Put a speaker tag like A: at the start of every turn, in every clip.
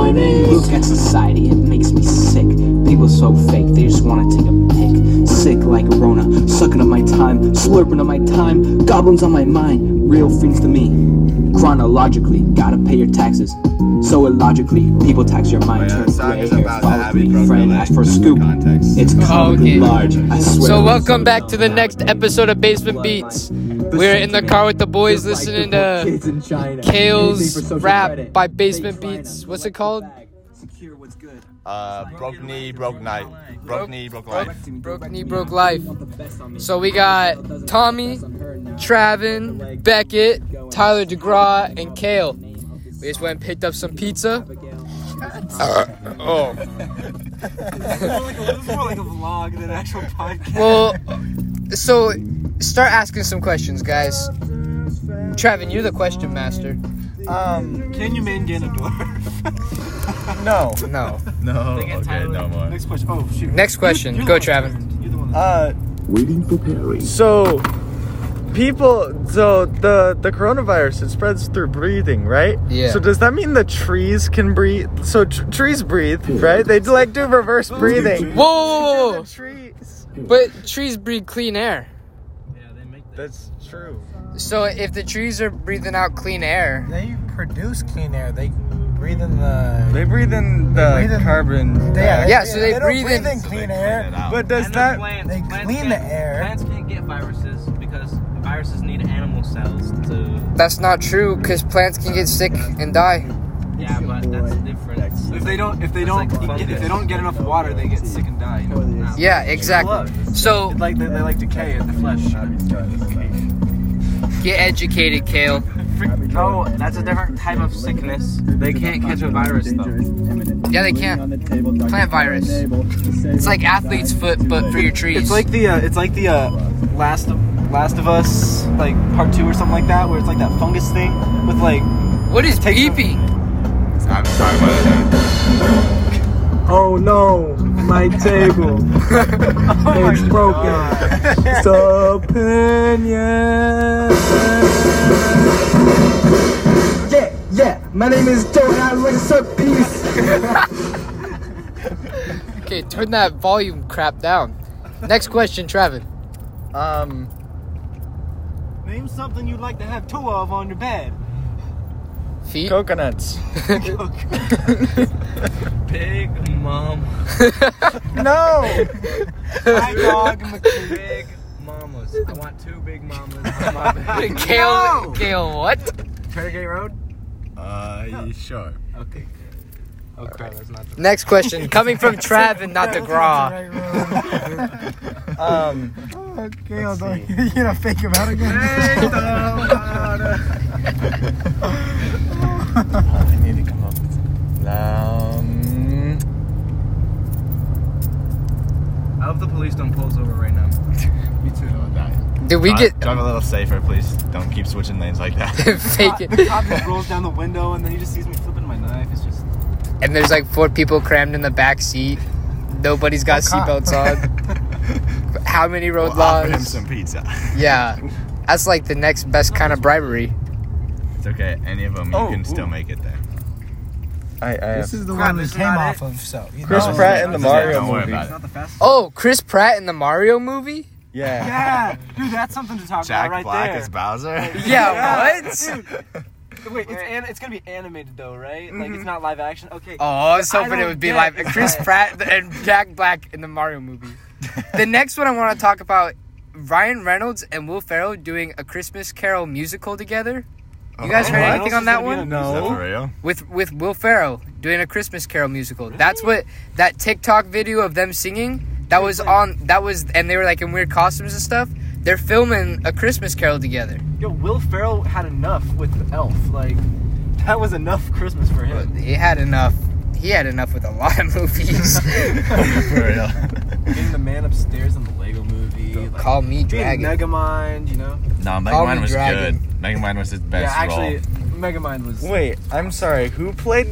A: rails and society. It makes me sick. People so fake, they just wanna take a pic. Sick like Rona, sucking up my time, slurping up my time, goblins on my mind, real fiends to me. Chronologically, gotta pay your taxes. So illogically, people tax your mind.
B: Yeah,
A: turn
B: the song
A: gray
B: is
A: hair,
B: about
A: follow
B: having
A: me,
B: broken
A: friend,
B: legs
A: ask for a
B: in
A: scoop.
B: context.
A: It's comically
C: Oh, Okay.
A: large. I swear.
C: So
A: there's
C: welcome
A: something
C: back to the
A: wrong
C: next
A: nowadays.
C: episode of Basement Beats. We're in the car with the boys listening to Kale's rap by Basement Beats. What's it called?
A: Secure what's good.
B: Uh, broke knee, broke night. Broke knee, broke life.
C: Broke knee, broke life. So we got Tommy, Travin, Beckett, Tyler DeGraw, and Kale. We just went and picked up some pizza. Oh.
D: This is more like a vlog than an actual podcast.
C: Well, so start asking some questions, guys. Travin, you're the question master.
B: Um,
D: Can you man Ganondorf?
B: no.
C: No.
B: No. Okay, no more.
D: Next question. Oh shoot.
C: Next question.
D: You're the
C: Go,
D: one
C: Travin.
D: that's- You're the one. that's-
B: Uh,
E: Waiting for Perry.
F: So, people, so the the coronavirus it spreads through breathing, right?
C: Yeah.
F: So does that mean the trees can breathe? So tr- trees breathe, right? They like do reverse breathing.
C: Whoa, whoa, whoa,
F: The trees.
C: whoa. But trees breathe clean air.
F: That's true.
C: So if the trees are breathing out clean air,
G: They produce clean air. They breathe in the.
F: They breathe in the
G: breathe in-
F: carbon.
G: Yeah,
C: Yeah, so they
G: don't
C: breathe in-
G: clean air.
F: But does
H: And
F: that?
H: the plants,
G: They
H: plants
G: clean
H: can't-
G: the air.
H: Plants can't get viruses because viruses need animal cells to.
C: that's not true because plants can get sick and die.
H: Yeah, but that's different.
D: If they don't, if they
H: It's
D: don't,
H: like fungus. Oh,
D: if they don't get enough water, they get sick and die. You know?
C: Yeah, exactly. So
D: Like they, they like decay in the flesh.
C: get educated, Kale.
H: No, that's a different type of sickness. They can't catch a virus though.
C: Yeah, they can. Plant virus. It's like athlete's foot, but for your trees.
D: It's like the uh, it's like the uh, last of Last of Us like part two or something like that, where it's like that fungus thing with like
C: what is
D: takes a-
C: beeping?
B: I'm sorry about that.
D: oh no my table it's broken so
A: Yeah, yeah. My name is Doe, and I like to suck peace.
C: Okay, turn that volume crap down. Next question, Travin.
F: Um,
D: name something you'd like to have two of on your bed
C: Feet.
F: coconuts.
H: Big mom,
F: No.
D: my dog McCabe.
H: big mamas. I want two big mamas on my bed.
C: Kale, Kale, what?
D: Fairgate Road
B: Uh, you sure.
D: okay oh crap that's not
C: Next question, coming from Travin, not DeGraw.
F: Um.
G: Okay, although you're gonna fake him out again.
F: I need to come up. with- Um.
H: I hope the police don't pull us over right now.
B: Me too.
C: Did we get
B: Drive a little safer, please. Don't keep switching lanes like that.
C: fake it?
D: the cop just rolls down the window and then he just sees me flipping my knife it's just
C: and there's like four people crammed in the back seat. Nobody's got seatbelts on. How many road
B: We'll offer him
C: laws?
B: some pizza.
C: Yeah, that's like the next best kind of bribery.
B: It's okay. Any of them, you
F: Oh,
B: can
F: ooh.
B: still make it there.
F: I. I
G: This is the
H: Crap,
G: one we
H: this is
G: came
H: not
G: off
H: it.
G: of, so. you
F: Chris
G: know.
F: Pratt in the
B: Don't
F: Mario
B: worry
F: movie.
B: about it.
D: not the fastest
C: Oh, Chris Pratt in the Mario movie?
F: Yeah.
D: yeah dude that's something to talk
B: Jack
D: about right
B: Black
D: there
B: as Bowser.
C: Yeah, what?
D: Dude. Wait, it's, an, it's gonna be animated though, right? Like it's not live action. Okay.
C: Oh, I was
D: I
C: hoping it
D: don't
C: would be
D: get
C: like
D: it.
C: Chris Pratt and Jack Black in the Mario movie. The next one I want to talk about Ryan Reynolds and Will Ferrell doing a Christmas Carol musical together. You guys heard
D: Ryan
C: anything
D: Reynolds
C: on
D: is
C: that
D: gonna be
C: one?
D: in
B: Oh. Is that for real?
C: with with Will Ferrell doing a Christmas Carol musical. That's what that TikTok video of them singing that was on that was and they were like in weird costumes and stuff. They're filming a Christmas Carol together.
D: Yo, Will Ferrell had enough with the Elf. Like that was enough Christmas for him.
C: He had enough. He had enough with a lot of movies.
B: for real.
D: Being the man upstairs in the Lego Movie. like,
C: Call me
D: being
C: Dragon.
D: Megamind, you know.
B: no,
C: Call
B: Mega
C: me
B: Mine was
C: Dragon.
B: good. Mega Mine was his best
D: yeah, actually,
B: role.
D: Megamind was.
F: Wait, I'm sorry. Who played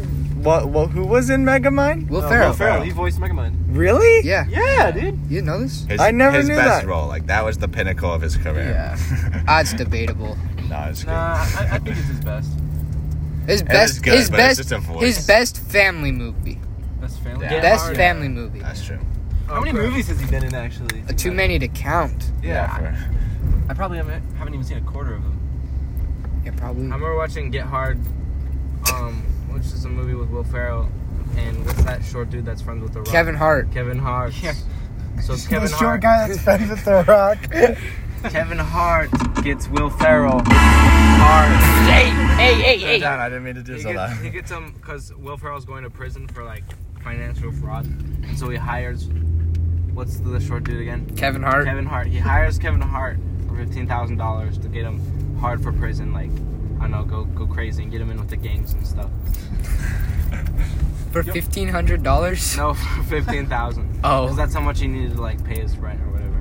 F: what? What? Who was in Megamind?
B: Oh,
C: Will
D: no,
C: Ferrell.
D: Oh, Will Ferrell. He voiced Megamind.
F: Really?
C: Yeah,
D: Yeah, dude.
C: you know this.
B: His,
F: I never
B: his
F: knew
B: best
F: that.
B: role. Like that was the pinnacle of his career.
C: Yeah. Odds Ah, debatable.
B: no, it's good.
D: Nah, I, I think it's his best.
C: His
B: It is
C: best,
B: good,
C: his
B: but it's
C: best,
B: just a voice.
C: his best family movie.
D: That's family.
B: Yeah.
C: best
H: Hard.
C: family movie.
B: That's true.
D: How
H: Oh,
D: many movies has he been in actually?
C: Uh, Too many to count.
D: Yeah.
B: For-
D: I probably haven't, haven't even seen a quarter of them.
C: Yeah, probably.
H: I remember watching Get Hard, um, which is a movie with Will Ferrell, and what's that short dude that's friends with the Rock?
C: Kevin Hart.
H: Kevin Hart.
D: Yeah.
H: So Kevin
G: the
H: Hart.
G: short guy that's friends with The Rock.
H: Kevin Hart gets Will Ferrell. Hard.
C: Hey, hey,
B: Down, I didn't mean to do
H: He
B: so
H: gets, he
B: loud.
H: gets him because Will Ferrell's going to prison for like financial fraud, and so he hires. What's the short dude again?
C: Kevin Hart.
H: Kevin Hart. He hires Kevin Hart for fifteen thousand dollars to get him hard for prison. Like, I don't know, go go crazy and get him in with the gangs and stuff.
C: For fifteen hundred dollars.
H: No, for fifteen thousand.
C: Oh.
H: because that's how much he needed to like pay his rent or whatever.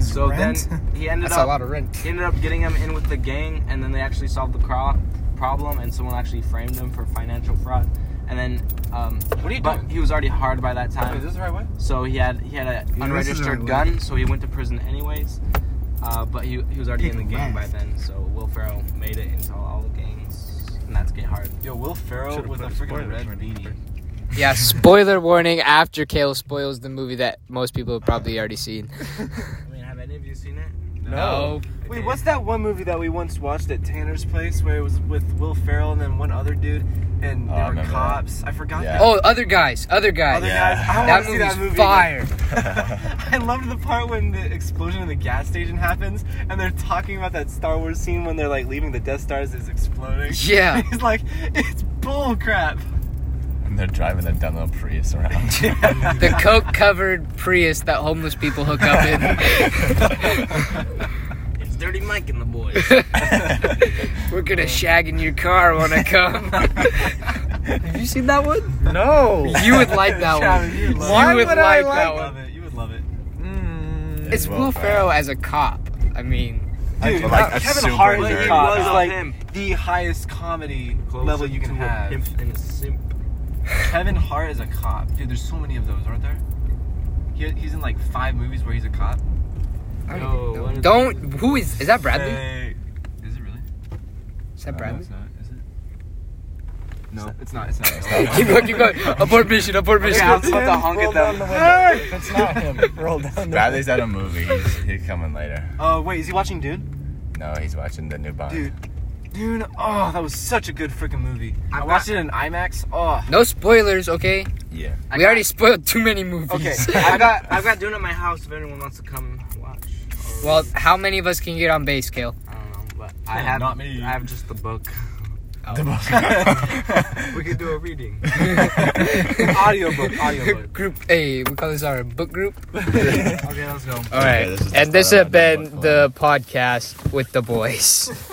H: so
G: rent?
H: then he ended
C: That's
H: up
C: a lot of rent.
H: he ended up getting him in with the gang, and then they actually solved the cro- problem, and someone actually framed him for financial fraud. And then, um,
D: What are you
H: but
D: doing?
H: he was already hard by that
D: Wait,
H: time.
D: is this the right way?
H: So he had he had an
G: the
H: unregistered
G: right
H: gun, so he went to prison anyways. Uh, but he, he was already in the
G: Take a
H: gang by
G: rest.
H: then, so Will Ferrell made it into all the gangs, and that's get hard.
D: Yo, Will Ferrell
B: Should've
D: with a
B: put a
D: freaking
B: spoiler
D: red
B: right
D: beanie.
C: Yeah. Spoiler warning. After Kale spoils the movie that most people have probably already seen.
H: I mean, have any of you seen it?
C: No.
D: Wait, what's that one movie that we once watched at Tanner's place where it was with Will Ferrell and then one other dude and
B: Oh, I
D: they were
B: remember that.
D: cops? I forgot.
B: Yeah.
D: that.
C: Oh, other guys. Other guys.
D: Other
B: Yeah.
D: guys, I
C: That
D: want to see
C: movie's
D: that movie.
C: fire.
D: I loved the part when the explosion in the gas station happens, and they're talking about that Star Wars scene when they're like leaving the Death Star as it's exploding.
C: Yeah.
D: he's like, it's bull crap.
B: And they're driving that dumb little Prius around.
C: The coke covered Prius that homeless people hook up in.
H: It's Dirty Mike and the boys.
C: We're gonna shag in your car when I come. Have you seen that one?
F: No.
C: You would like that
D: Travis,
C: one.
D: you would love
F: Why
D: it.
C: you would
F: would I
C: like
D: You
C: that
D: would
C: one.
D: love it. You would love it.
F: Mm.
C: It's Will Ferrell as a cop. I mean,
B: Dude,
D: Dude, uh,
B: like a
D: Kevin
B: super
D: Hart
H: nerd.
D: is cop. is
H: Love
D: like
H: him.
D: the highest comedy level you can
H: to a
D: have.
H: pimp and a simp.
D: Kevin Hart is a cop. Dude, there's so many of those, aren't there? He, he's in like five movies where he's a cop.
C: I
H: No,
C: don't, even
H: what
C: know.
H: is-
C: don't. Who is? Is that Bradley?
D: Fake. Is it really?
C: Is that
D: No,
C: Bradley?
D: it's not. Is it? No, it's not. It's not. It's not.
C: Keep going, keep going. Abort mission, abort mission.
H: Yeah, I was about to honk
G: Roll
H: at
G: down
H: them.
G: the window. That's not him. Roll down the window.
B: Bradley's at a movie. He's, he's coming later.
D: Oh wait, is he watching Dune?
B: No, he's watching the new Bond.
D: Dude, Dune. Oh, that was such a good freaking movie. i
H: I'm
D: watched
H: not-
D: it in IMAX. Oh,
C: No spoilers, okay?
B: Yeah.
H: I
C: We
H: got-
C: already spoiled too many movies.
D: Okay.
H: I've got I've got Dune at my house if anyone wants to come watch. Or,
C: well, how many of us can get on base, Kale?
H: I don't know, but I have
D: not me.
H: I have just the book. We could do a reading.
D: audiobook, audiobook.
C: group A. We call this our book group.
H: okay, let's go.
C: All right.
B: this is the
C: and this
B: start
C: has
B: of our
C: been
B: new book
C: the podcast with the boys.